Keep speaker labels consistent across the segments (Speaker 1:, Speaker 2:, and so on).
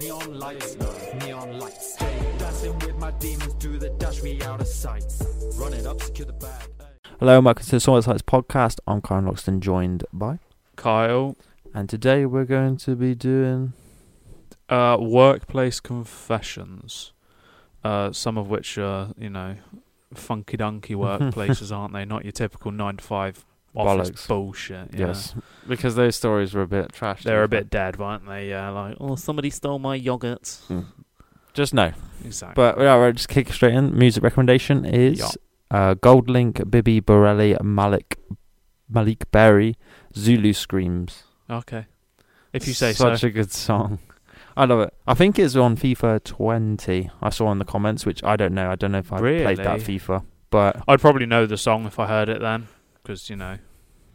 Speaker 1: Neon lights, neon lights. Hey, dancing with my demons through the dash, me out of sight. Run it up, secure the bag.
Speaker 2: Hello and welcome to the Soil Sites podcast. I'm Karen Loxton, joined by,
Speaker 3: Kyle,
Speaker 2: and today we're going to be doing.
Speaker 3: uh, workplace confessions, uh, some of which are, you know, funky dunky workplaces, aren't they? Not your typical nine to five office
Speaker 2: Bollocks.
Speaker 3: bullshit. yeah.
Speaker 2: Yes, because those stories were a bit trash.
Speaker 3: They're a bit dead, weren't they? Yeah, like, oh, somebody stole my yogurt.
Speaker 2: Just no.
Speaker 3: Exactly.
Speaker 2: But yeah, we'll just kick straight in. Music recommendation is
Speaker 3: Yeah.
Speaker 2: uh, Gold Link, Bibi Borelli, Malik, Malik Berry, Zulu Screams.
Speaker 3: okay. If you say
Speaker 2: Such
Speaker 3: so.
Speaker 2: a good song. I love it. I think it's on FIFA 20. I saw in the comments, which I don't know. I don't know if I played that
Speaker 3: Really?
Speaker 2: FIFA, but
Speaker 3: i I'd probably know the song if I heard it then, because, you know,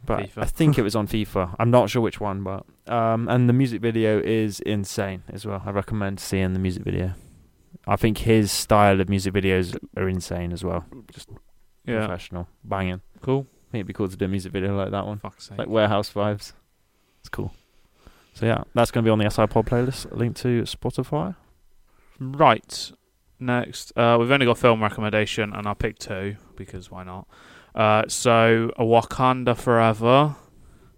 Speaker 2: but
Speaker 3: FIFA.
Speaker 2: I think it was on FIFA. I'm not sure which one, but um, and the music video is insane as well. I recommend seeing the music video. I think his style of music videos are insane as well.
Speaker 3: yeah.
Speaker 2: Professional, banging.
Speaker 3: Cool.
Speaker 2: I think it'd be cool to do a music video like that one,
Speaker 3: Fuck's sake.
Speaker 2: like warehouse vibes. It's cool. So yeah, that's gonna be on the SI Pod playlist. Link to Spotify.
Speaker 3: Right. Next, uh, we've only got film recommendation, and I picked two because why not? Uh, so, Wakanda Forever,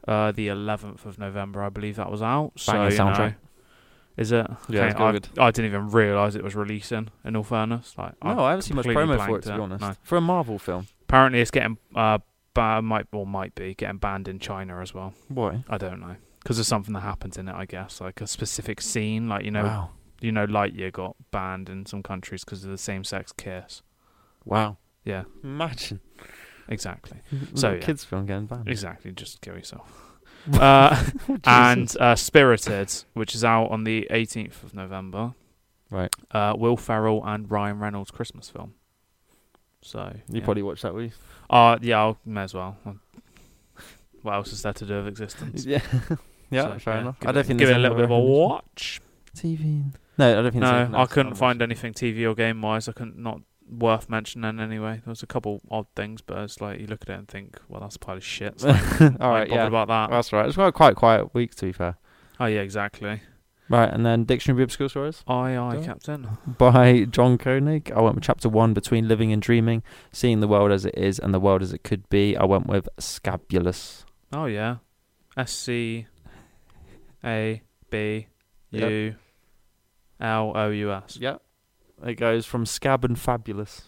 Speaker 3: uh, the 11th of November, I believe that was out.
Speaker 2: Banging
Speaker 3: so, you know-
Speaker 2: soundtrack.
Speaker 3: is it?
Speaker 2: Yeah, it's
Speaker 3: Okay, I-
Speaker 2: good.
Speaker 3: I, didn't even realise it was releasing. In all fairness, like I-
Speaker 2: I haven't seen
Speaker 3: much completely promo for it, blanked to be out. honest. No.
Speaker 2: For a Marvel film,
Speaker 3: apparently it's getting uh, ba- might or might be getting banned in China as well.
Speaker 2: why?
Speaker 3: I don't know because there's something that happens in it, I guess, like a specific scene, like you know, you know, Lightyear got banned in some countries because of the same-sex kiss.
Speaker 2: wow,
Speaker 3: Yeah,
Speaker 2: imagine.
Speaker 3: exactly.
Speaker 2: So
Speaker 3: So, yeah.
Speaker 2: kids film getting banned.
Speaker 3: Exactly, just kill yourself.
Speaker 2: Oh,
Speaker 3: uh, and uh, Spirited, which is out on the 18th of November.
Speaker 2: Right.
Speaker 3: Uh, Will Ferrell and Ryan Reynolds Christmas film. So
Speaker 2: You
Speaker 3: yeah.
Speaker 2: probably watched that, will you?
Speaker 3: Uh, yeah, I'll, may as well. What else is there to do with existence?
Speaker 2: Yeah, yeah,
Speaker 3: So,
Speaker 2: fair
Speaker 3: yeah,
Speaker 2: enough.
Speaker 3: give
Speaker 2: I
Speaker 3: it-
Speaker 2: don't think
Speaker 3: give
Speaker 2: there's
Speaker 3: it a little bit
Speaker 2: any
Speaker 3: of a watch.
Speaker 2: TV. No, I don't think. there's
Speaker 3: No,
Speaker 2: anything
Speaker 3: I
Speaker 2: else
Speaker 3: couldn't
Speaker 2: on
Speaker 3: find
Speaker 2: this.
Speaker 3: anything TV or game wise. I couldn't not worth mentioning anyway. There was a couple odd things, but it's like you look at it and think, well, that's a pile of shit. So I ain't
Speaker 2: All right,
Speaker 3: bothered
Speaker 2: yeah,
Speaker 3: about that.
Speaker 2: that's right. It's quite quite quiet week to be fair.
Speaker 3: oh yeah, exactly.
Speaker 2: Right, and then Dictionary of Obscure Stories.
Speaker 3: Aye, aye,
Speaker 2: Don't-
Speaker 3: Captain.
Speaker 2: by John Koenig. I went with chapter one between living and dreaming, seeing the world as it is and the world as it could be. I went with scabulous.
Speaker 3: Oh yeah, S C A B
Speaker 2: Yep.
Speaker 3: U L O U S.
Speaker 2: Yep. It goes from scab and fabulous.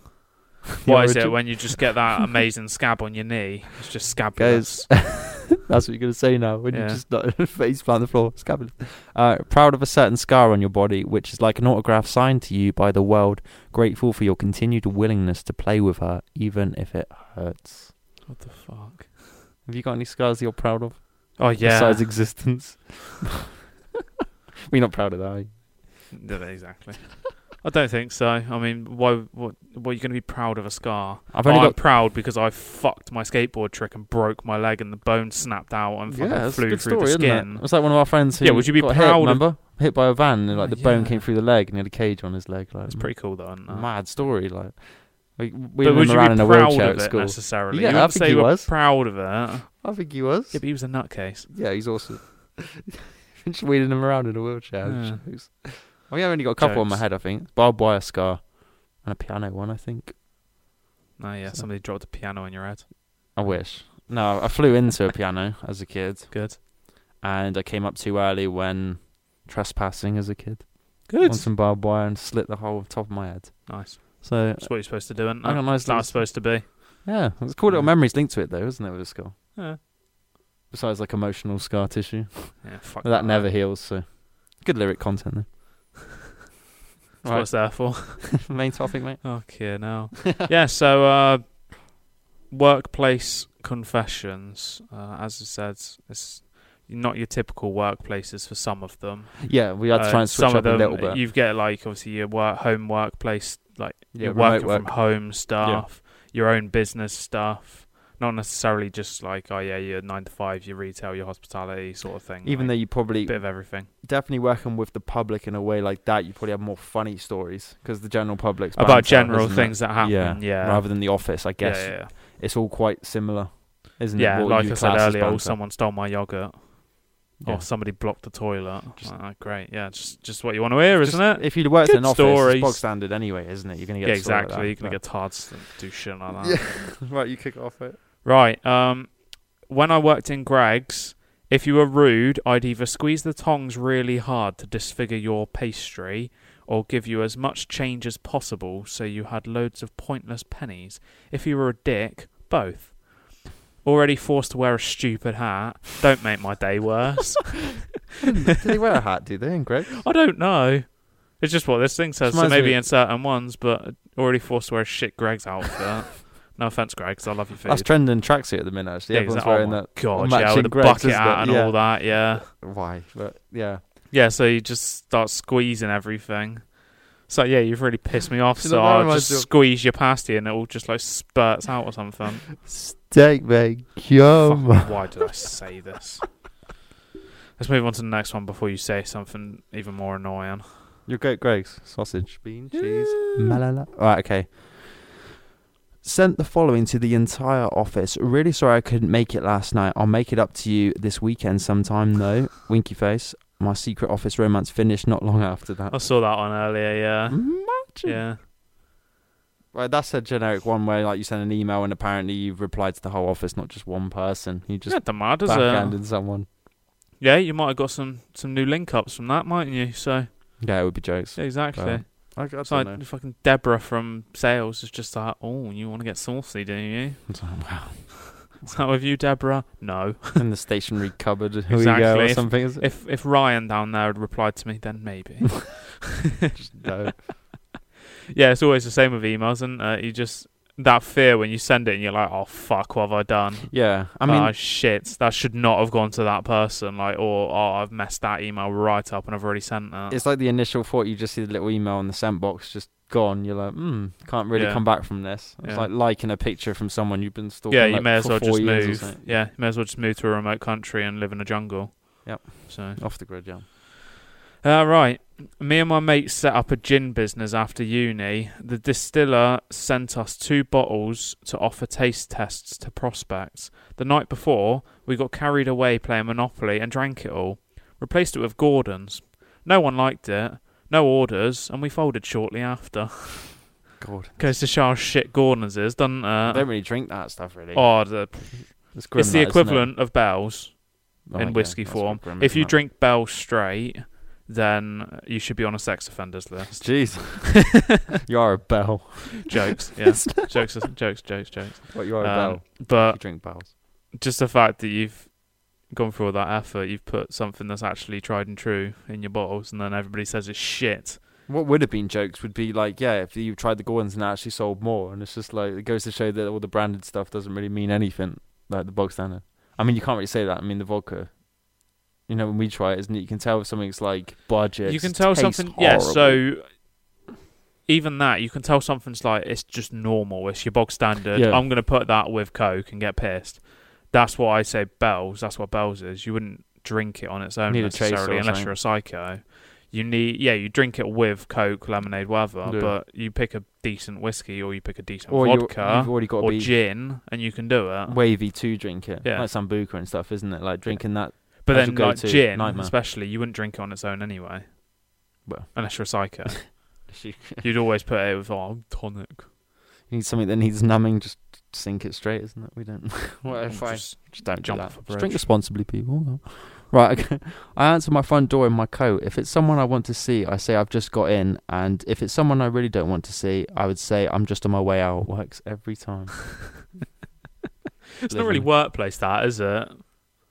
Speaker 3: Why is it when you just get that amazing scab on your knee? It's just scabulous.
Speaker 2: That's what you're gonna say now when you
Speaker 3: Yeah.
Speaker 2: just like, face plant the floor. Scabulous. Uh, proud of a certain scar on your body, which is like an autograph signed to you by the world. Grateful for your continued willingness to play with her, even if it hurts.
Speaker 3: What the fuck?
Speaker 2: Have you got any scars you're proud of?
Speaker 3: Oh yeah,
Speaker 2: besides existence. We're not proud of that. Are you?
Speaker 3: Yeah, exactly. I don't think so. I mean, why? What? What are you going to be proud of a scar? Oh,
Speaker 2: I've
Speaker 3: I'm
Speaker 2: only got.
Speaker 3: proud because I fucked my skateboard trick and broke my leg, and the bone snapped out and fucking
Speaker 2: that's a
Speaker 3: flew
Speaker 2: good
Speaker 3: through
Speaker 2: story,
Speaker 3: the
Speaker 2: isn't
Speaker 3: skin.
Speaker 2: It? It's like one of our friends who
Speaker 3: Yeah, would you be
Speaker 2: got
Speaker 3: proud
Speaker 2: hit,
Speaker 3: of-
Speaker 2: remember? hit by a van and like
Speaker 3: Oh,
Speaker 2: the bone
Speaker 3: yeah.
Speaker 2: came through the leg and he had a cage on his leg. Like
Speaker 3: It's pretty cool, though. Isn't it?
Speaker 2: mad story. Like we we
Speaker 3: but
Speaker 2: were
Speaker 3: would you
Speaker 2: around
Speaker 3: be
Speaker 2: in a
Speaker 3: proud
Speaker 2: wheelchair at
Speaker 3: of it
Speaker 2: school.
Speaker 3: necessarily?
Speaker 2: Yeah,
Speaker 3: you
Speaker 2: I
Speaker 3: wouldn't
Speaker 2: think
Speaker 3: say
Speaker 2: he
Speaker 3: you were
Speaker 2: was.
Speaker 3: proud of it. Yeah,
Speaker 2: I think he was.
Speaker 3: but he was a nutcase.
Speaker 2: Yeah, he's awesome. Just wheeling him around in a wheelchair.
Speaker 3: Yeah.
Speaker 2: Jokes. I mean, I've only got a couple on my
Speaker 3: Jokes.
Speaker 2: head. I think barbed wire scar and a piano one. I think.
Speaker 3: No, Oh, yeah,
Speaker 2: So-
Speaker 3: somebody dropped a piano on your head.
Speaker 2: I wish. No, I flew into a piano as a kid.
Speaker 3: Good.
Speaker 2: and I came up too early when trespassing as a kid
Speaker 3: Good.
Speaker 2: on some barbed wire and slit the whole top of my head.
Speaker 3: Nice.
Speaker 2: So
Speaker 3: That's what you're supposed to do, isn't
Speaker 2: I got
Speaker 3: it?
Speaker 2: a nice
Speaker 3: It's not
Speaker 2: little,
Speaker 3: supposed to be.
Speaker 2: yeah, it's cool little
Speaker 3: Yeah.
Speaker 2: memories linked to it though, isn't it? With a scar,
Speaker 3: Yeah.
Speaker 2: besides like emotional scar tissue
Speaker 3: Yeah, fuck
Speaker 2: that never heals. So good lyric content
Speaker 3: That's what it's there for.
Speaker 2: there. Main topic, mate.
Speaker 3: Okay, now. yeah, so uh, workplace confessions. Uh, as I said, it's not your typical workplaces for some of them.
Speaker 2: Yeah, we had to
Speaker 3: Uh,
Speaker 2: try and switch
Speaker 3: some
Speaker 2: up
Speaker 3: of them,
Speaker 2: a little bit.
Speaker 3: You get like obviously your work, home workplace, like
Speaker 2: Yeah,
Speaker 3: you're
Speaker 2: remote
Speaker 3: working
Speaker 2: work.
Speaker 3: from home stuff, your own business stuff. Not necessarily just like oh yeah, your nine to five, your retail, your hospitality sort of thing.
Speaker 2: Even though
Speaker 3: like,
Speaker 2: you probably
Speaker 3: bit of everything.
Speaker 2: definitely working with the public in a way like that, you probably have more funny stories because the general public's banter,
Speaker 3: About general
Speaker 2: isn't it?
Speaker 3: things that happen.
Speaker 2: Yeah,
Speaker 3: Yeah,
Speaker 2: rather than the office. I guess
Speaker 3: Yeah, yeah.
Speaker 2: it's all quite similar, isn't
Speaker 3: yeah
Speaker 2: it? What
Speaker 3: like
Speaker 2: you
Speaker 3: I
Speaker 2: class
Speaker 3: said
Speaker 2: as
Speaker 3: earlier, oh,
Speaker 2: banter.
Speaker 3: someone stole my yogurt.
Speaker 2: Yeah.
Speaker 3: Oh, somebody blocked the toilet. Ah, great. Yeah, just just what you want to hear,
Speaker 2: Just-
Speaker 3: isn't it?
Speaker 2: If you worked in an
Speaker 3: Good
Speaker 2: office, it's
Speaker 3: stories.
Speaker 2: bog standard anyway, isn't it? You're gonna get
Speaker 3: yeah,
Speaker 2: a story like
Speaker 3: exactly.
Speaker 2: that,
Speaker 3: You're gonna
Speaker 2: but-
Speaker 3: get uh, tards and do shit like that.
Speaker 2: right. You kick it off it.
Speaker 3: Right. Um, when I worked in Greg's, if you were rude, I'd either squeeze the tongs really hard to disfigure your pastry or give you as much change as possible so you had loads of pointless pennies. If you were a dick, both. Already forced to wear a stupid hat. Don't make my day worse.
Speaker 2: Do they wear a hat? Do they? And Greg?
Speaker 3: I don't know. It's just what this thing says. So
Speaker 2: Reminds me-
Speaker 3: maybe in certain ones, but already forced to wear a shit Greg's outfit. no offense, Greg's. I love your food.
Speaker 2: That's trending tracksuit at the minute. Actually,
Speaker 3: Yeah,
Speaker 2: everyone's
Speaker 3: exactly.
Speaker 2: wearing
Speaker 3: oh my
Speaker 2: that.
Speaker 3: God, yeah,
Speaker 2: matching
Speaker 3: with the
Speaker 2: Greggs,
Speaker 3: bucket
Speaker 2: isn't
Speaker 3: hat
Speaker 2: it?
Speaker 3: and
Speaker 2: Yeah.
Speaker 3: all that, yeah.
Speaker 2: Why? But yeah.
Speaker 3: Yeah, so you just start squeezing everything. So yeah, you've really pissed me off.
Speaker 2: You know,
Speaker 3: So
Speaker 2: that
Speaker 3: I'll
Speaker 2: reminds
Speaker 3: just
Speaker 2: me of-
Speaker 3: squeeze your pasty and it all just like spurts out or something.
Speaker 2: Steak bake, yum.
Speaker 3: Fucking, why did I say this? Let's move on to the next one before you say something even more annoying.
Speaker 2: Your goat Greg's sausage, bean, cheese, malala. Right, okay. Sent the following to the entire office. Really sorry I couldn't make it last night. I'll make it up to you this weekend sometime though. Winky face. My secret office romance finished not long after that. Mm.
Speaker 3: I saw that one earlier. Yeah,
Speaker 2: Imagine.
Speaker 3: yeah.
Speaker 2: Right, that's a generic one where like you send an email and apparently you've replied to the whole office, not just one person. You just
Speaker 3: Just the mad, does uh, it?
Speaker 2: backhanded someone.
Speaker 3: Yeah, you might have got some some new link ups from that, mightn't you? So
Speaker 2: Yeah, it would be jokes.
Speaker 3: yeah, exactly.
Speaker 2: Well, I, I
Speaker 3: It's like fucking Deborah from sales is just like, oh, you want to get saucy, do you?
Speaker 2: wow.
Speaker 3: Is that with you, Deborah? No.
Speaker 2: In the stationary cupboard here we go
Speaker 3: Exactly.
Speaker 2: or
Speaker 3: If-
Speaker 2: something. Is it?
Speaker 3: If if Ryan down there had replied to me, then maybe.
Speaker 2: Just no.
Speaker 3: yeah, it's always the same with emails, isn't it? You just that fear when you send it and you're like, oh fuck, what have I done?
Speaker 2: Yeah. I
Speaker 3: I
Speaker 2: mean
Speaker 3: mean, shit, that should not have gone to that person. Like, or oh, I've messed that email right up and I've already sent that.
Speaker 2: it's like the initial thought you just see the little email in the sent box just gone. You're like, hmm, can't really
Speaker 3: Yeah.
Speaker 2: come back from this. It's
Speaker 3: Yeah.
Speaker 2: like liking a picture from someone you've been stalking.
Speaker 3: yeah, you
Speaker 2: like,
Speaker 3: may as
Speaker 2: for
Speaker 3: well
Speaker 2: four
Speaker 3: just
Speaker 2: years or
Speaker 3: move.
Speaker 2: something.
Speaker 3: Yeah, you may as well just move to a remote country and live in a jungle.
Speaker 2: Yep.
Speaker 3: So
Speaker 2: Off the grid, yeah.
Speaker 3: Uh, right. Me and my mate set up a gin business after uni. The distiller sent us two bottles to offer taste tests to prospects. The night before, we got carried away playing Monopoly and drank it all. Replaced it with Gordon's. No one liked it, no orders, and we folded shortly after.
Speaker 2: God.
Speaker 3: Goes to show how shit Gordon's is, doesn't
Speaker 2: I don't
Speaker 3: it?
Speaker 2: really drink that stuff really.
Speaker 3: Oh, the,
Speaker 2: it's, grim,
Speaker 3: it's
Speaker 2: that,
Speaker 3: the
Speaker 2: isn't it?
Speaker 3: equivalent of Bell's
Speaker 2: Oh,
Speaker 3: in
Speaker 2: yeah,
Speaker 3: whiskey
Speaker 2: that's
Speaker 3: form.
Speaker 2: what grim
Speaker 3: If
Speaker 2: is,
Speaker 3: you
Speaker 2: isn't it?
Speaker 3: drink Bell straight, then you should be on a sex offenders list.
Speaker 2: Jeez. you are a bell.
Speaker 3: jokes, yeah, jokes, jokes, jokes, jokes.
Speaker 2: What you are a
Speaker 3: Um,
Speaker 2: bell. You
Speaker 3: but
Speaker 2: drink bells.
Speaker 3: just the fact that you've gone through all that effort, you've put something that's actually tried and true in your bottles, and then everybody says it's shit.
Speaker 2: What would have been jokes would be like, yeah, if you tried the Gordons and actually sold more, and it's just like it goes to show that all the branded stuff doesn't really mean anything, like the bog standard. I mean, you can't really say that. I mean, the vodka. You know, when we try it, isn't it? You can tell if something's like budget.
Speaker 3: you can
Speaker 2: it
Speaker 3: tell
Speaker 2: tastes
Speaker 3: something, yeah.
Speaker 2: horrible.
Speaker 3: So even that, you can tell something's like it's just normal. It's your bog standard.
Speaker 2: Yeah.
Speaker 3: I'm gonna put that with Coke and get pissed. That's why I say Bell's. That's what Bell's is. You wouldn't drink it on its own
Speaker 2: Need a chaser or
Speaker 3: necessarily unless
Speaker 2: something.
Speaker 3: you're a psycho. You need, yeah, you drink it with Coke, lemonade, whatever.
Speaker 2: Yeah.
Speaker 3: But you pick a decent whiskey or you pick a decent
Speaker 2: or you-
Speaker 3: vodka
Speaker 2: you've already got to
Speaker 3: or
Speaker 2: be
Speaker 3: gin, and you can do it.
Speaker 2: wavy to drink it,
Speaker 3: Yeah.
Speaker 2: like sambuca and stuff, isn't it? Like drinking that.
Speaker 3: But
Speaker 2: That's
Speaker 3: then,
Speaker 2: your
Speaker 3: like
Speaker 2: go-to,
Speaker 3: gin,
Speaker 2: nightmare.
Speaker 3: especially, you wouldn't drink it on its own anyway.
Speaker 2: Well.
Speaker 3: unless you're a psycho, you'd always put it with oh, tonic.
Speaker 2: you need something that needs numbing. Just sink it straight, isn't it? We don't.
Speaker 3: Or
Speaker 2: Whatever.
Speaker 3: just-
Speaker 2: Just don't
Speaker 3: Jump
Speaker 2: do
Speaker 3: off a
Speaker 2: that. Just
Speaker 3: bridge.
Speaker 2: drink responsibly, people. Right. Okay. I answer my front door in my coat. If it's someone I want to see, I say I've just got in, and if it's someone I really don't want to see, I would say I'm just on my way out. Works every time.
Speaker 3: It's not really
Speaker 2: Living.
Speaker 3: workplace, that is it?
Speaker 2: Um,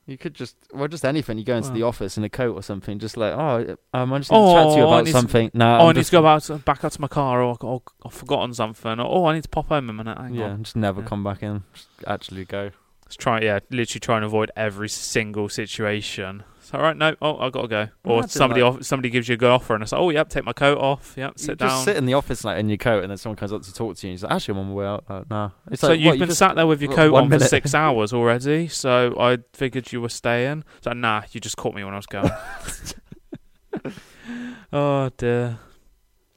Speaker 2: You could just well, just anything. You go into the
Speaker 3: Well.
Speaker 2: office in a coat or something. Just like, oh, um, I just need to chat to you
Speaker 3: Oh, I
Speaker 2: about
Speaker 3: need to-
Speaker 2: something. No,
Speaker 3: oh,
Speaker 2: I'm
Speaker 3: I need
Speaker 2: just-
Speaker 3: to go out, back out to my car, or, or I've forgotten something, or oh, I need to pop home a minute. Hang
Speaker 2: Yeah,
Speaker 3: on.
Speaker 2: just never
Speaker 3: Yeah.
Speaker 2: come back in. Just actually go.
Speaker 3: Let's try, yeah, literally try and avoid every single situation. It's all right, no, oh, I've got to go. Or
Speaker 2: Imagine,
Speaker 3: somebody
Speaker 2: like-
Speaker 3: off, somebody gives you a good offer, and it's like, oh, yep, take my coat off, yep,
Speaker 2: you
Speaker 3: sit
Speaker 2: just
Speaker 3: down.
Speaker 2: sit in the office like in your coat, and then someone comes up to talk to you. and He's like, actually, I'm on my way out. Like, nah. It's
Speaker 3: so
Speaker 2: like,
Speaker 3: you've
Speaker 2: what, you
Speaker 3: been
Speaker 2: just-
Speaker 3: sat there with your
Speaker 2: what,
Speaker 3: coat
Speaker 2: one
Speaker 3: on for
Speaker 2: minute?
Speaker 3: six hours already, so I figured you were staying. So nah, you just caught me when I was going. oh dear.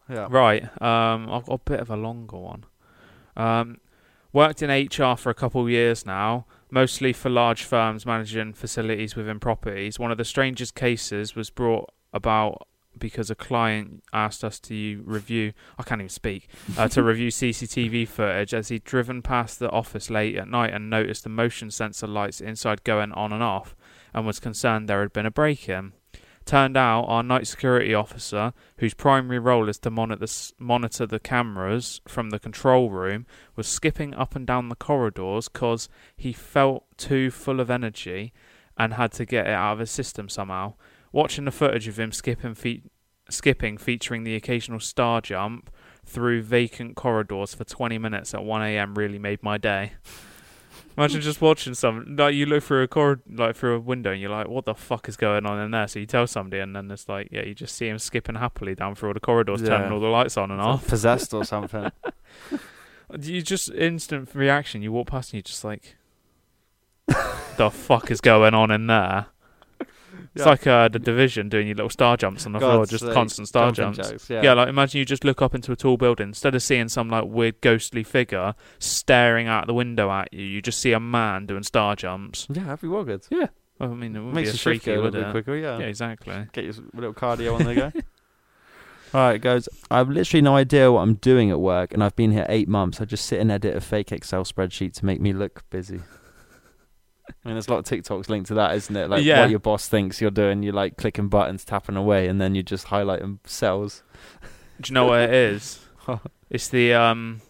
Speaker 2: Yeah.
Speaker 3: Right. Um, I've got a bit of a longer one. Um, worked in HR for a couple years now. mostly for large firms managing facilities within properties. One of the strangest cases was brought about because a client asked us to review, I can't even speak, uh, to review CCTV footage as he'd driven past the office late at night and noticed the motion sensor lights inside going on and off and was concerned there had been a break in. Turned out our night security officer, whose primary role is to monitor the, s- monitor the cameras from the control room, was skipping up and down the corridors because he felt too full of energy and had to get it out of his system somehow. Watching the footage of him skipping, fe- skipping featuring the occasional star jump through vacant corridors for 20 minutes at 1 a.m. really made my day. Imagine just watching some like you look through a corridor, like through a window, and you're like, "What the fuck is going on in there?" So you tell somebody, and then it's like, "Yeah, you just see him skipping happily down through all the corridors,
Speaker 4: Yeah.
Speaker 3: turning all the lights on and off."
Speaker 4: Possessed or something.
Speaker 3: You just instant reaction. You walk past and you're just like, "The fuck is going on in there?" It's
Speaker 4: Yeah.
Speaker 3: like uh, the division doing your little star jumps on the floor,
Speaker 4: God's
Speaker 3: just
Speaker 4: sake,
Speaker 3: constant star
Speaker 4: jumping
Speaker 3: jumps.
Speaker 4: jokes,
Speaker 3: Yeah. like imagine you just look up into a tall building instead of seeing some like weird ghostly figure staring out the window at you. You just see a man doing star jumps.
Speaker 4: Yeah, that'd be well good.
Speaker 3: Well, I mean, it would
Speaker 4: Makes
Speaker 3: be
Speaker 4: your
Speaker 3: a
Speaker 4: shift
Speaker 3: freaky,
Speaker 4: go a
Speaker 3: would
Speaker 4: little bit
Speaker 3: it?
Speaker 4: quicker, yeah.
Speaker 3: Yeah, exactly.
Speaker 4: Get your s- little cardio on the go. All right, guys. I've literally no idea what I'm doing at work, and I've been here eight months. I just sit and edit a fake Excel spreadsheet to make me look busy. I mean, there's a lot of TikToks linked to that, isn't it? Like
Speaker 3: Yeah.
Speaker 4: what your boss thinks you're doing. You're like clicking buttons, tapping away, and then you just highlighting cells.
Speaker 3: Do you know what it is? It's the um,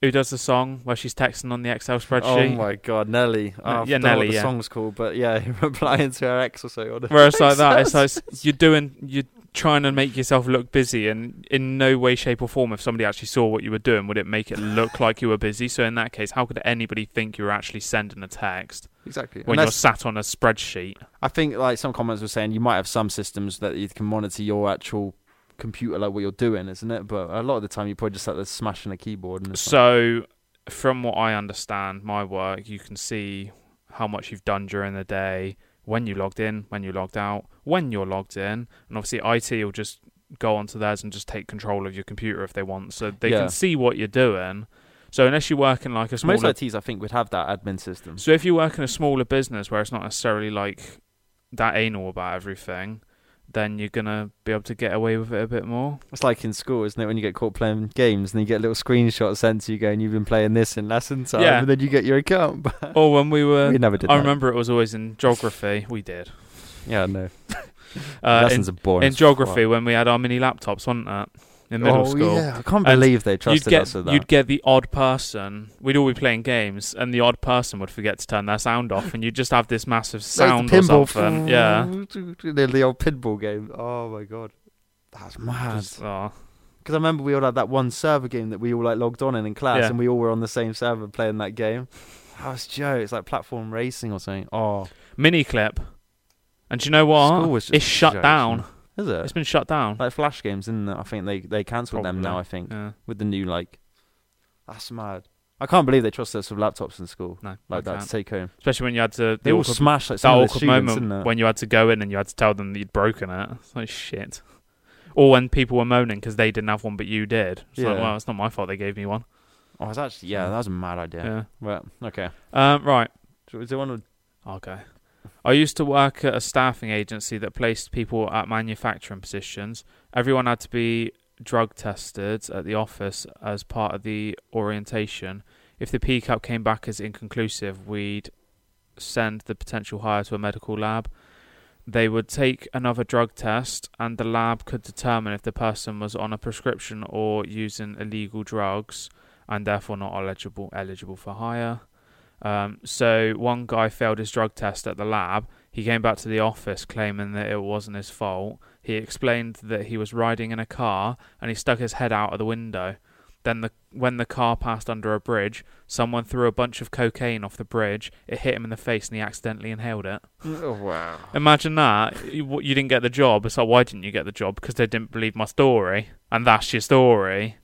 Speaker 3: who does the song where she's texting on the Excel
Speaker 4: Oh
Speaker 3: spreadsheet?
Speaker 4: my god, Nelly. Oh,
Speaker 3: Yeah,
Speaker 4: yeah,
Speaker 3: Nelly,
Speaker 4: Nelly. The
Speaker 3: yeah.
Speaker 4: song's called, but yeah, replying to her ex or so. on it.
Speaker 3: Whereas like that, it's like s- you're doing, you're trying to make yourself look busy, and in no way, shape, or form, if somebody actually saw what you were doing, would it make it look like you were busy? So in that case, how could anybody think you were actually sending a text
Speaker 4: Exactly.
Speaker 3: when
Speaker 4: Unless-
Speaker 3: you're sat on a spreadsheet?
Speaker 4: I think like some comments were saying you might have some systems that you can monitor your actual computer like what you're doing, isn't it? But a lot of the time you probably just like there smashing a keyboard and it's like-
Speaker 3: So, from what I understand, my work, you can see how much you've done during the day, when you logged in, when you logged out, when you're logged in, and obviously IT will just go onto theirs and just take control of your computer if they want, so they
Speaker 4: Yeah.
Speaker 3: can see what you're doing. So unless you work in like a
Speaker 4: most
Speaker 3: smaller,
Speaker 4: ITs I think would have that admin system.
Speaker 3: so if you work in a smaller business where it's not necessarily like that anal about everything, then you're gonna be able to get away with it a bit more.
Speaker 4: It's like in school, isn't it? When you get caught playing games and you get little screenshots sent to you going, "You've been playing this in lesson time,"
Speaker 3: Yeah.
Speaker 4: and then you get your account. But
Speaker 3: Or when we were,
Speaker 4: we never did.
Speaker 3: I
Speaker 4: that.
Speaker 3: remember it was always in geography. We did.
Speaker 4: Yeah, no.
Speaker 3: Uh, in
Speaker 4: Lessons are boring.
Speaker 3: in
Speaker 4: as
Speaker 3: geography when we had our mini laptops, wasn't it?
Speaker 4: fuck.
Speaker 3: In middle
Speaker 4: oh,
Speaker 3: school.
Speaker 4: yeah, I can't
Speaker 3: And
Speaker 4: believe they
Speaker 3: You'd
Speaker 4: trusted
Speaker 3: get,
Speaker 4: us with that.
Speaker 3: you'd get the odd person. We'd all be playing games, and the odd person would forget to turn their sound off, and you'd just have this massive sound or something. yeah.
Speaker 4: the, the old pinball game. Oh my god, that's mad.
Speaker 3: Just- oh.
Speaker 4: Because I remember we all had that one server game that we all like logged on in in class,
Speaker 3: Yeah.
Speaker 4: and we all were on the same server playing that game. That was Joe. It's like platform racing or something. Oh,
Speaker 3: Mini clip. And do you know what?
Speaker 4: School was just
Speaker 3: it's shut
Speaker 4: jokes,
Speaker 3: down.
Speaker 4: is it?
Speaker 3: It's been shut down.
Speaker 4: like Flash games, isn't it? I think they they cancelled them
Speaker 3: Probably.
Speaker 4: now. I think
Speaker 3: Yeah.
Speaker 4: with the new like. That's mad. I can't believe they trust us with laptops in school
Speaker 3: No,
Speaker 4: like
Speaker 3: I
Speaker 4: that to
Speaker 3: can't.
Speaker 4: take home.
Speaker 3: Especially when you had to. the
Speaker 4: They all
Speaker 3: awkward-
Speaker 4: smash like
Speaker 3: that
Speaker 4: some of the
Speaker 3: awkward
Speaker 4: students,
Speaker 3: moment
Speaker 4: isn't it?
Speaker 3: when you had to go in and you had to tell them that you'd broken it. It's like shit. Or when people were moaning because they didn't have one but you did. It's like,
Speaker 4: Yeah.
Speaker 3: well, it's not my fault they gave me one.
Speaker 4: Oh, it's actually yeah, that was a mad idea.
Speaker 3: Yeah.
Speaker 4: Well, okay.
Speaker 3: Um, right.
Speaker 4: So is there one? with-
Speaker 3: Okay. I used to work at a staffing agency that placed people at manufacturing positions. Everyone had to be drug tested at the office as part of the orientation. If the PCAP came back as inconclusive, we'd send the potential hire to a medical lab. They would take another drug test, and the lab could determine if the person was on a prescription or using illegal drugs and therefore not eligible eligible for hire. Um, so one guy failed his drug test at the lab. He came back to the office claiming that it wasn't his fault. He explained that he was riding in a car and he stuck his head out of the window. Then the when the car passed under a bridge, someone threw a bunch of cocaine off the bridge. It hit him in the face and he accidentally inhaled it.
Speaker 4: Oh, wow.
Speaker 3: Imagine that. You, you didn't get the job. It's like, why didn't you get the job? Because they didn't believe my story. And that's your story.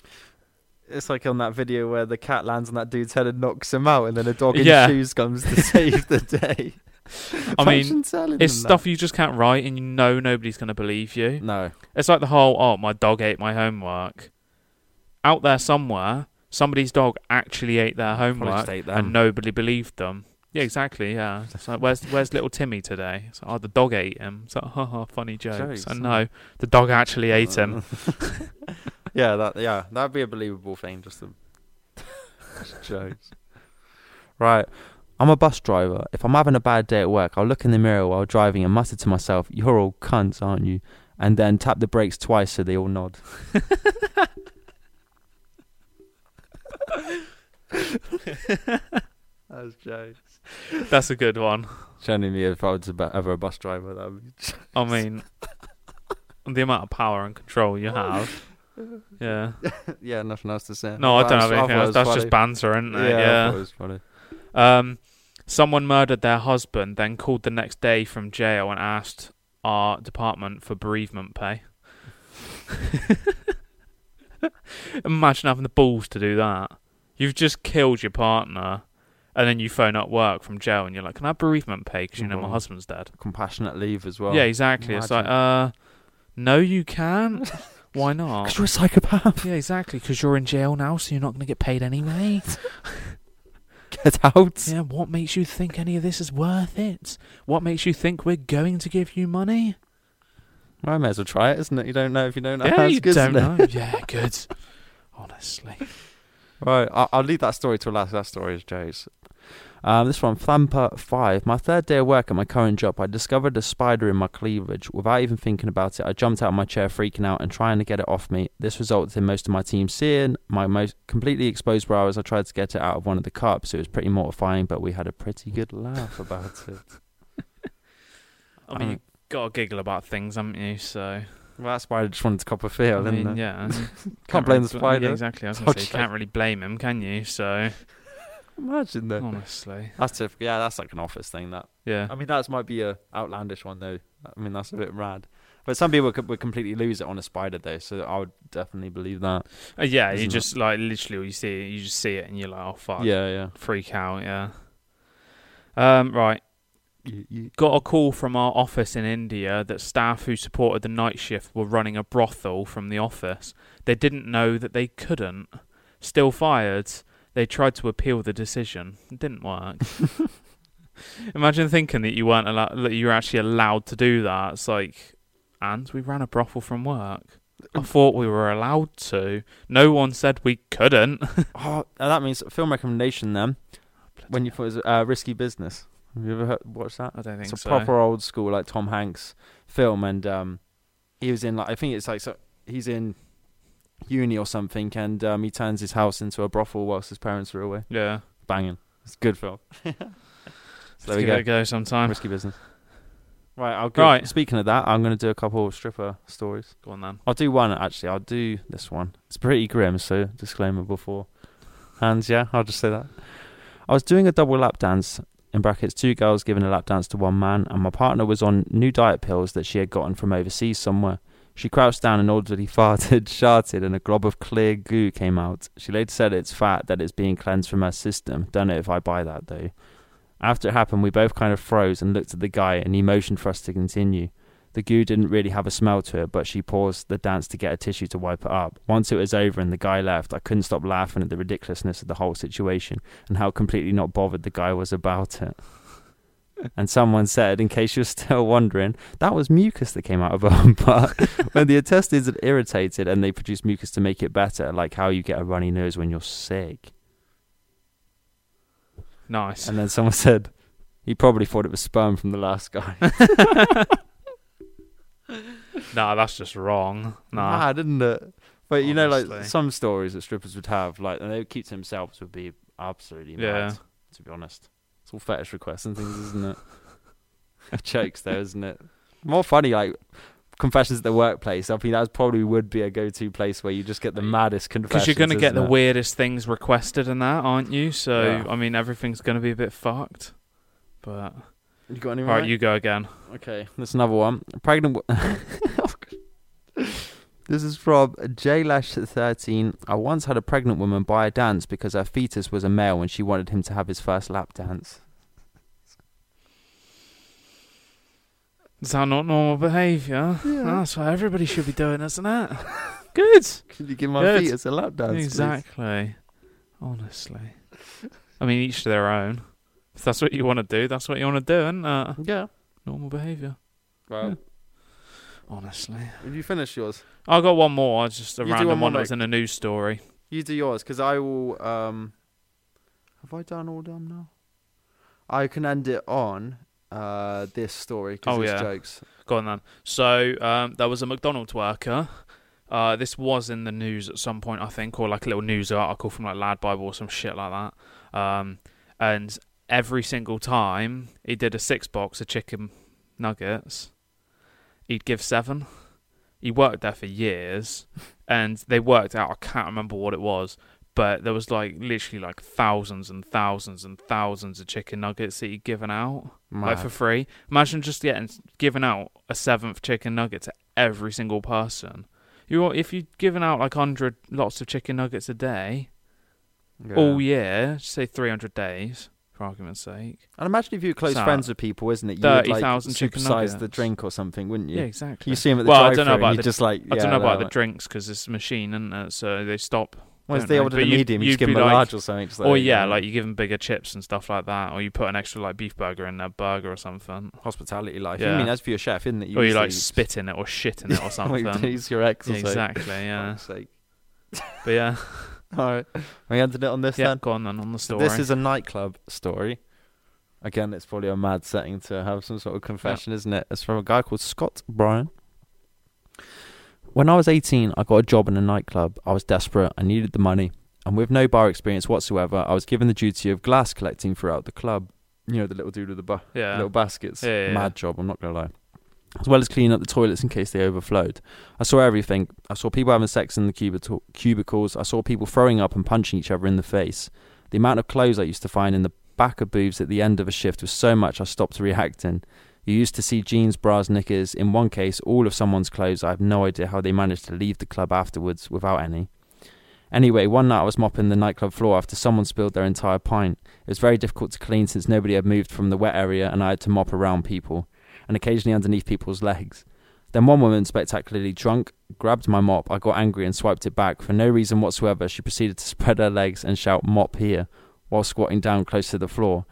Speaker 4: It's like on that video where the cat lands on that dude's head and knocks him out, and then a dog in
Speaker 3: Yeah.
Speaker 4: shoes comes to save the day.
Speaker 3: I mean,
Speaker 4: Imagine telling
Speaker 3: It's
Speaker 4: them
Speaker 3: stuff you just can't write and you know nobody's going to believe you.
Speaker 4: That. No,
Speaker 3: It's like the whole, oh, my dog ate my homework. Out there somewhere, somebody's dog actually ate their
Speaker 4: Probably
Speaker 3: homework
Speaker 4: just ate
Speaker 3: and
Speaker 4: them.
Speaker 3: nobody believed them. Yeah, exactly. Yeah. It's like, where's where's little Timmy today? It's like, oh, the dog ate him. It's like, ha ha, funny jokes.
Speaker 4: Jokes,
Speaker 3: And
Speaker 4: huh?
Speaker 3: no, the dog actually ate him.
Speaker 4: yeah, that yeah, that'd be a believable thing. Just the just jokes. Right. I'm a bus driver. If I'm having a bad day at work, I'll look in the mirror while driving and mutter to myself, "You're all cunts, aren't you?" And then tap the brakes twice so they all nod. That's jokes.
Speaker 3: That's a good one.
Speaker 4: Genuinely, if I was a bu- ever a bus driver, that would be
Speaker 3: I mean, the amount of power and control you have. Yeah.
Speaker 4: yeah, nothing else to say.
Speaker 3: No, I don't
Speaker 4: That's-
Speaker 3: have anything
Speaker 4: thought
Speaker 3: else.
Speaker 4: it
Speaker 3: That's
Speaker 4: was
Speaker 3: just
Speaker 4: funny.
Speaker 3: banter, isn't it?
Speaker 4: Yeah, I
Speaker 3: Yeah.
Speaker 4: thought it was funny.
Speaker 3: Um, someone murdered their husband, then called the next day from jail and asked our department for bereavement pay. Imagine having the balls to do that. You've just killed your partner, and then you phone up work from jail and you're like, "Can I have bereavement pay? Because you know my
Speaker 4: Well,
Speaker 3: husband's dead."
Speaker 4: Compassionate leave as Mm-hmm. well.
Speaker 3: yeah, exactly. It's like, uh, no, you can't. Why not?
Speaker 4: Oh. you're a psychopath.
Speaker 3: Yeah, exactly. Because you're in jail now, so you're not going to get paid anyway.
Speaker 4: Get out.
Speaker 3: Yeah, what makes you think any of this is worth it? What makes you think we're going to give you money?
Speaker 4: Well, I may as well try it, isn't it? You don't know if you don't
Speaker 3: yeah,
Speaker 4: ask,
Speaker 3: you
Speaker 4: isn't
Speaker 3: don't
Speaker 4: it?
Speaker 3: know. Yeah, good. Honestly.
Speaker 4: Right, I'll, I'll leave that story to last. That story is Joe's. Um, this one, Flamper 5. My third day of work at my current job, I discovered a spider in my cleavage. Without even thinking about it, I jumped out of my chair, freaking out and trying to get it off me. This resulted in most of my team seeing my most completely exposed brow as I tried to get it out of one of the cups. It was pretty mortifying, but we had a pretty good laugh about it.
Speaker 3: I mean,
Speaker 4: Uh,
Speaker 3: you got to giggle about things, haven't you? So.
Speaker 4: well, that spider just wanted to cop a feel,
Speaker 3: I
Speaker 4: didn't
Speaker 3: mean,
Speaker 4: it?
Speaker 3: yeah.
Speaker 4: Can't blame
Speaker 3: really
Speaker 4: the
Speaker 3: bl-
Speaker 4: spider.
Speaker 3: Yeah, exactly. I was going to say, you
Speaker 4: Okay.
Speaker 3: can't really blame him, can you? So,
Speaker 4: Imagine that.
Speaker 3: honestly.
Speaker 4: That's typical. Yeah, that's like an office thing. That
Speaker 3: Yeah.
Speaker 4: I mean, that might be a outlandish one though. I mean, that's a bit rad. But some people could, would completely lose it on a spider though, so I would definitely believe that.
Speaker 3: Uh, yeah, you
Speaker 4: Isn't it?
Speaker 3: just, like, literally, you see it, you just see it and you're like, oh, fuck.
Speaker 4: Yeah, yeah.
Speaker 3: Freak out, yeah. Um, right.
Speaker 4: You, you,
Speaker 3: Got a call from our office in India that staff who supported the night shift were running a brothel from the office. They didn't know that they couldn't. Still fired. They tried to appeal the decision. It didn't work. Imagine thinking that you weren't allowed, that you were actually allowed to do that. It's like, and we ran a brothel from work.
Speaker 4: Mm.
Speaker 3: I thought we were allowed to. No one said we couldn't.
Speaker 4: oh, and that means film recommendation then. When you thought it was uh, risky business, have you ever heard, watched that?
Speaker 3: I don't think
Speaker 4: It's a
Speaker 3: so.
Speaker 4: proper old school like Tom Hanks film, and um, he was in like I think it's like so he's in uni or something, and um, he turns his house into a brothel whilst his parents are away.
Speaker 3: yeah.
Speaker 4: Banging. It's a good film.
Speaker 3: Let's give it a go sometime.
Speaker 4: Risky business. Right, I'll go.
Speaker 3: Right.
Speaker 4: Speaking of that, I'm going to do a couple of stripper stories.
Speaker 3: Go on then.
Speaker 4: I'll do one actually. I'll do this one. It's pretty grim, so disclaimer before. And yeah, I'll just say that. I was doing a double lap dance in brackets, two girls giving a lap dance to one man, and my partner was on new diet pills that she had gotten from overseas somewhere. She crouched down and orderly farted, sharted, and a glob of clear goo came out. She later said it's fat that it's being cleansed from her system. Don't know if I buy that though. After it happened, we both kind of froze and looked at the guy, and he motioned for us to continue. The goo didn't really have a smell to it, but she paused the dance to get a tissue to wipe it up. Once it was over and the guy left, I couldn't stop laughing at the ridiculousness of the whole situation and how completely not bothered the guy was about it. And someone said, in case you're still wondering, that was mucus that came out of her butt. when the intestines are irritated and they produce mucus to make it better, like how you get a runny nose when you're sick.
Speaker 3: Nice.
Speaker 4: And then someone said, he probably thought it was sperm from the last guy.
Speaker 3: Nah, that's just wrong. Nah.
Speaker 4: Mad, isn't it? But you know, like
Speaker 3: Honestly.
Speaker 4: some stories that strippers would have, like and they would keep to themselves, would be absolutely mad.
Speaker 3: Yeah.
Speaker 4: To be honest, it's all fetish requests and things, isn't it? Jokes, though, isn't it? More funny, like confessions at the workplace. I think that probably would be a go-to place where you just get the maddest confessions.
Speaker 3: Because you're going to get
Speaker 4: isn't
Speaker 3: the
Speaker 4: it?
Speaker 3: weirdest things requested and that, aren't you? So,
Speaker 4: Yeah.
Speaker 3: I mean, everything's going to be a bit fucked. But,
Speaker 4: You got any
Speaker 3: all
Speaker 4: more?
Speaker 3: right, you go again.
Speaker 4: Okay, there's another one. Pregnant. Wo- Oh, God. this is from JLash13. I once had a pregnant woman buy a dance because her fetus was a male and she wanted him to have his first lap dance.
Speaker 3: Is that not normal behaviour?
Speaker 4: Yeah.
Speaker 3: That's what everybody should be doing, isn't it? Good.
Speaker 4: Can you give my
Speaker 3: Good.
Speaker 4: fetus a lap dance? please?
Speaker 3: exactly. Honestly. I mean, each to their own. If that's what you want to do, that's what you want to do, isn't it?
Speaker 4: Yeah.
Speaker 3: Normal behaviour.
Speaker 4: Well,
Speaker 3: Honestly.
Speaker 4: if you finish yours,
Speaker 3: I got one more. It's just a
Speaker 4: You do
Speaker 3: random
Speaker 4: one
Speaker 3: one,
Speaker 4: more,
Speaker 3: that was in a news story.
Speaker 4: you do yours because I will. Um, have I done all done now? I can end it on uh, this story because
Speaker 3: Oh,
Speaker 4: it's
Speaker 3: yeah.
Speaker 4: jokes.
Speaker 3: Go on then. So um, there was a McDonald's worker. Uh, this was in the news at some point, I think, or like a little news article from like Lad Bible or some shit like that. Um, and every single time he did a six box of chicken nuggets, he'd give seven. He worked there for years, and they worked out. I can't remember what it was, but there was like literally like thousands and thousands and thousands of chicken nuggets that he'd given out like for
Speaker 4: Mad.
Speaker 3: free. Imagine just getting giving out a seventh chicken nugget to every single person. You if you'd given out like hundred lots of chicken nuggets a day
Speaker 4: Yeah.
Speaker 3: all year, say three hundred days for argument's sake.
Speaker 4: And imagine if you were close
Speaker 3: So,
Speaker 4: friends with people, isn't it? You would like
Speaker 3: 30,000 chicken
Speaker 4: supersize the
Speaker 3: nuggets.
Speaker 4: drink or something, wouldn't you?
Speaker 3: Yeah, exactly.
Speaker 4: You see them at the
Speaker 3: Well, I
Speaker 4: drive
Speaker 3: don't know about the-
Speaker 4: just like
Speaker 3: I don't
Speaker 4: yeah,
Speaker 3: know about
Speaker 4: they're
Speaker 3: the drinks because it's a machine, isn't it? So they stop.
Speaker 4: Well, if
Speaker 3: don't
Speaker 4: they
Speaker 3: know,
Speaker 4: ordered
Speaker 3: but
Speaker 4: a
Speaker 3: you'd-
Speaker 4: medium, you
Speaker 3: you'd
Speaker 4: just give
Speaker 3: be
Speaker 4: them a
Speaker 3: like-
Speaker 4: large or something. so
Speaker 3: or
Speaker 4: they-
Speaker 3: yeah, like you give them bigger chips and stuff like that, or you put an extra like beef burger in their burger or something,
Speaker 4: hospitality life. You
Speaker 3: Yeah.
Speaker 4: mean that's for your chef, isn't it?
Speaker 3: or you like
Speaker 4: usually-
Speaker 3: spit in it or shit in it or
Speaker 4: Well,
Speaker 3: something.
Speaker 4: you tease your ex or
Speaker 3: Yeah,
Speaker 4: something.
Speaker 3: exactly,
Speaker 4: For
Speaker 3: yeah.
Speaker 4: fuck's sake.
Speaker 3: But yeah,
Speaker 4: All right. We ended it on this
Speaker 3: yeah.
Speaker 4: then.
Speaker 3: Go on then on the
Speaker 4: So
Speaker 3: story.
Speaker 4: This is a nightclub story. Again, it's probably a mad setting to have some sort of confession, isn't it? It's from a guy called Scott Bryan. When I was 18, I got a job in a nightclub. I was desperate. I needed the money. And with no bar experience whatsoever, I was given the duty of glass collecting throughout the club. You know, the little dude with the bu-
Speaker 3: yeah.
Speaker 4: little baskets.
Speaker 3: Yeah, yeah,
Speaker 4: Mad
Speaker 3: yeah.
Speaker 4: job, I'm not going to lie. As well as cleaning up the toilets in case they overflowed. I saw everything. I saw people having sex in the cubicle- cubicles. I saw people throwing up and punching each other in the face. The amount of clothes I used to find in the back of booths at the end of a shift was so much I stopped reacting. You used to see jeans, bras, knickers, in one case, all of someone's clothes. I have no idea how they managed to leave the club afterwards without any. Anyway, one night I was mopping the nightclub floor after someone spilled their entire pint. It was very difficult to clean since nobody had moved from the wet area and I had to mop around people, and occasionally underneath people's legs. Then one woman, spectacularly drunk, grabbed my mop. I got angry and swiped it back. For no reason whatsoever, she proceeded to spread her legs and shout, Mop here, while squatting down close to the floor.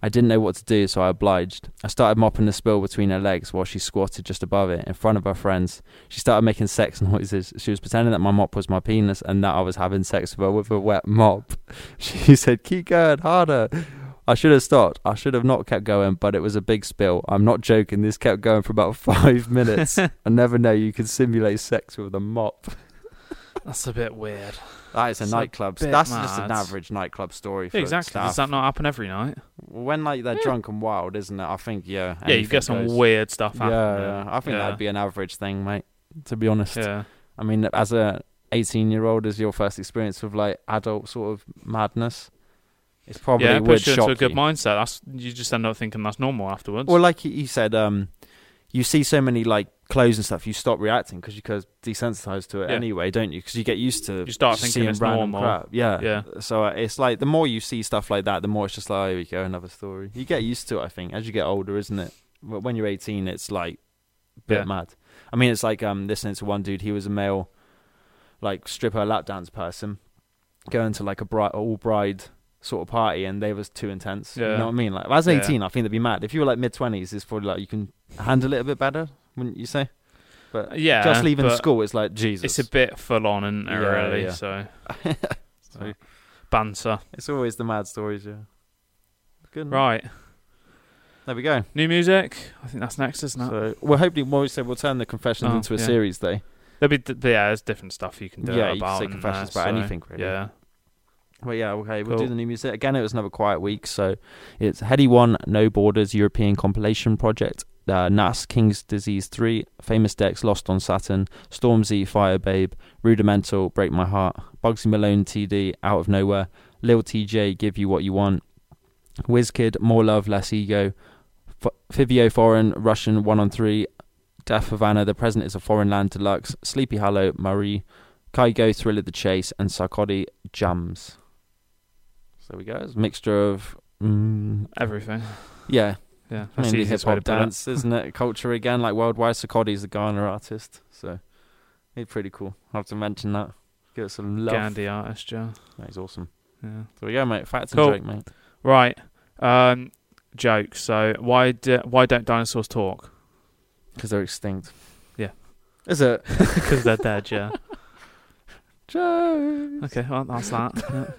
Speaker 4: I didn't know what to do, so I obliged. I started mopping the spill between her legs while she squatted just above it, in front of her friends. She started making sex noises. She was pretending that my mop was my penis and that I was having sex with her with a wet mop. She said, Keep going harder. I should have stopped. I should have not kept going, but it was a big spill. I'm not joking. This kept going for about five minutes. I never know you can simulate sex with a mop.
Speaker 3: That's a bit weird.
Speaker 4: That is a
Speaker 3: It's a
Speaker 4: nightclub.
Speaker 3: bit
Speaker 4: That's just an
Speaker 3: mad.
Speaker 4: average nightclub story for
Speaker 3: Yeah, exactly.
Speaker 4: staff.
Speaker 3: Does that not happen every night?
Speaker 4: When like they're drunk and wild, isn't it? I think yeah.
Speaker 3: yeah, you get some
Speaker 4: anything goes.
Speaker 3: weird stuff
Speaker 4: Yeah,
Speaker 3: happening.
Speaker 4: yeah, I think
Speaker 3: yeah.
Speaker 4: that'd be an average thing, mate. To be honest,
Speaker 3: Yeah,
Speaker 4: I mean, as a 18 year old, is your first experience with like adult sort of madness. It's probably
Speaker 3: yeah. it
Speaker 4: would
Speaker 3: Puts you
Speaker 4: shock
Speaker 3: into a good
Speaker 4: you.
Speaker 3: mindset. That's you just end up thinking that's normal afterwards.
Speaker 4: Well, like you said, um, you see so many like clothes and stuff, you stop reacting because you get desensitized to it
Speaker 3: Yeah.
Speaker 4: anyway, don't you? Because you get used to
Speaker 3: You start
Speaker 4: just
Speaker 3: thinking
Speaker 4: seeing
Speaker 3: it's
Speaker 4: random
Speaker 3: normal.
Speaker 4: crap. Yeah,
Speaker 3: Yeah.
Speaker 4: So uh, it's like the more you see stuff like that, the more it's just like, oh, here we go, another story. You get used to it, I think, as you get older, isn't it? But when you're 18, it's like a bit
Speaker 3: Yeah.
Speaker 4: mad. I mean, it's like um, listening to one dude. He was a male, like stripper lap dance person, going to like a bride, all bride sort of party, and they was too intense. You
Speaker 3: Yeah.
Speaker 4: know what I mean? Like as an
Speaker 3: Yeah.
Speaker 4: 18, I think they'd be mad. If you were like mid 20s, it's probably like you can handle it a bit better, wouldn't you say? But
Speaker 3: yeah,
Speaker 4: just leaving
Speaker 3: but
Speaker 4: school, it's like Jesus.
Speaker 3: It's a bit full on, isn't it?
Speaker 4: Yeah,
Speaker 3: really,
Speaker 4: yeah.
Speaker 3: so
Speaker 4: So-
Speaker 3: banter.
Speaker 4: it's always the mad stories, yeah. Good.
Speaker 3: Right,
Speaker 4: There we go.
Speaker 3: new music. I think that's next, isn't it?
Speaker 4: So we're hoping well, we said we'll turn the confessions
Speaker 3: Oh,
Speaker 4: into a
Speaker 3: yeah.
Speaker 4: series, though.
Speaker 3: There'll be th- yeah, there's different stuff you can do. about
Speaker 4: Yeah, you can
Speaker 3: and,
Speaker 4: say
Speaker 3: uh,
Speaker 4: confessions about
Speaker 3: so,
Speaker 4: anything, really.
Speaker 3: Yeah,
Speaker 4: Well, yeah, okay, we'll do
Speaker 3: Cool.
Speaker 4: the new music. Again, it was another quiet week, so it's Heady One, No Borders, European Compilation Project, uh, Nas, King's Disease 3, Famous Dex, Lost on Saturn, Stormzy, Fire Babe, Rudimental, Break My Heart, Bugsy Malone, TD, Out of Nowhere, Lil TJ, Give You What You Want, WizKid, More Love, Less Ego, F- Fivio Foreign, Russian 1 on 3, Death Havana, The Present is a Foreign Land Deluxe, Sleepy Hollow, Marie, Kaigo, Thriller the Chase, and Sarkozy Jams. So there we go. It's a mixture of mm,
Speaker 3: everything.
Speaker 4: yeah,
Speaker 3: Yeah, that's the
Speaker 4: mainly hip
Speaker 3: easiest way to
Speaker 4: hop
Speaker 3: put it.
Speaker 4: dance, isn't it? Culture again, like worldwide. Sakodi's the Ghana artist, so he's pretty cool. I have to mention that. Give it some love.
Speaker 3: Gandhi artist, yeah.
Speaker 4: That is awesome.
Speaker 3: Yeah.
Speaker 4: There we go, mate. Facts
Speaker 3: Cool.
Speaker 4: and joke, mate.
Speaker 3: Right. Um, joke. So why do, why don't dinosaurs talk?
Speaker 4: Because they're extinct.
Speaker 3: Yeah.
Speaker 4: Is it?
Speaker 3: Because they're dead. Yeah.
Speaker 4: Joke.
Speaker 3: Okay. Well, that's that. Yeah.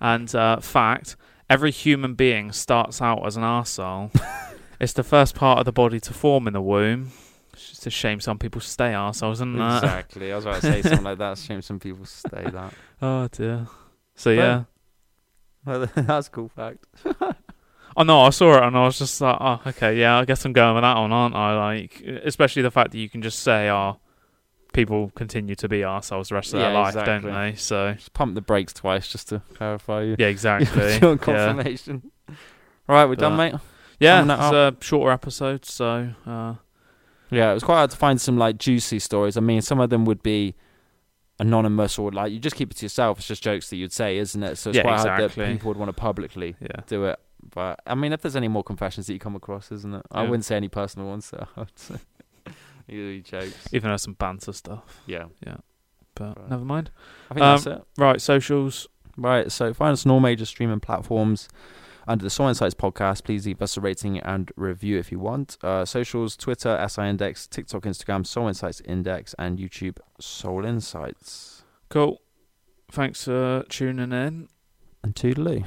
Speaker 3: And uh, fact: every human being starts out as an arsehole. it's the first part of the body to form in the womb. It's just a shame some people stay arseholes, isn't it?
Speaker 4: Exactly. I was about to say something like that. It's a shame some people stay that.
Speaker 3: Oh dear. So yeah.
Speaker 4: Well, that's a cool fact.
Speaker 3: Oh no, I saw it and I was just like, oh, okay, yeah, I guess I'm going with that one, aren't I? Like, e, especially the fact that you can just say, oh, people continue to be ourselves the rest of their
Speaker 4: Yeah,
Speaker 3: life,
Speaker 4: exactly.
Speaker 3: don't they? So,
Speaker 4: Just pump the brakes twice just to clarify you.
Speaker 3: yeah, exactly.
Speaker 4: Your
Speaker 3: yeah,
Speaker 4: confirmation. Right, we're done, mate.
Speaker 3: yeah
Speaker 4: Summing that
Speaker 3: it's a shorter episode, so, uh,
Speaker 4: Yeah, it was quite hard to find some like juicy stories. I mean, some of them would be anonymous or like you just keep it to yourself. It's just jokes that you'd say, isn't it? So it's
Speaker 3: Yeah,
Speaker 4: quite hard that
Speaker 3: exactly.
Speaker 4: people would want to publicly
Speaker 3: yeah.
Speaker 4: do it. But I mean, if there's any more confessions that you come across, isn't it? I
Speaker 3: Yeah.
Speaker 4: wouldn't say any personal ones. So I'd say you jokes.
Speaker 3: Even though some banter stuff,
Speaker 4: Yeah,
Speaker 3: but
Speaker 4: Right.
Speaker 3: never mind.
Speaker 4: I
Speaker 3: Um,
Speaker 4: think that's it.
Speaker 3: Right, socials.
Speaker 4: Right, so find us on all major streaming platforms under the Soil Insights podcast. Please leave us a rating and review if you want. Uh, socials, Twitter, SI Index, TikTok, Instagram, Soul Insights Index, and YouTube, Soul Insights.
Speaker 3: Cool. Thanks for tuning in.
Speaker 4: And toodaloo.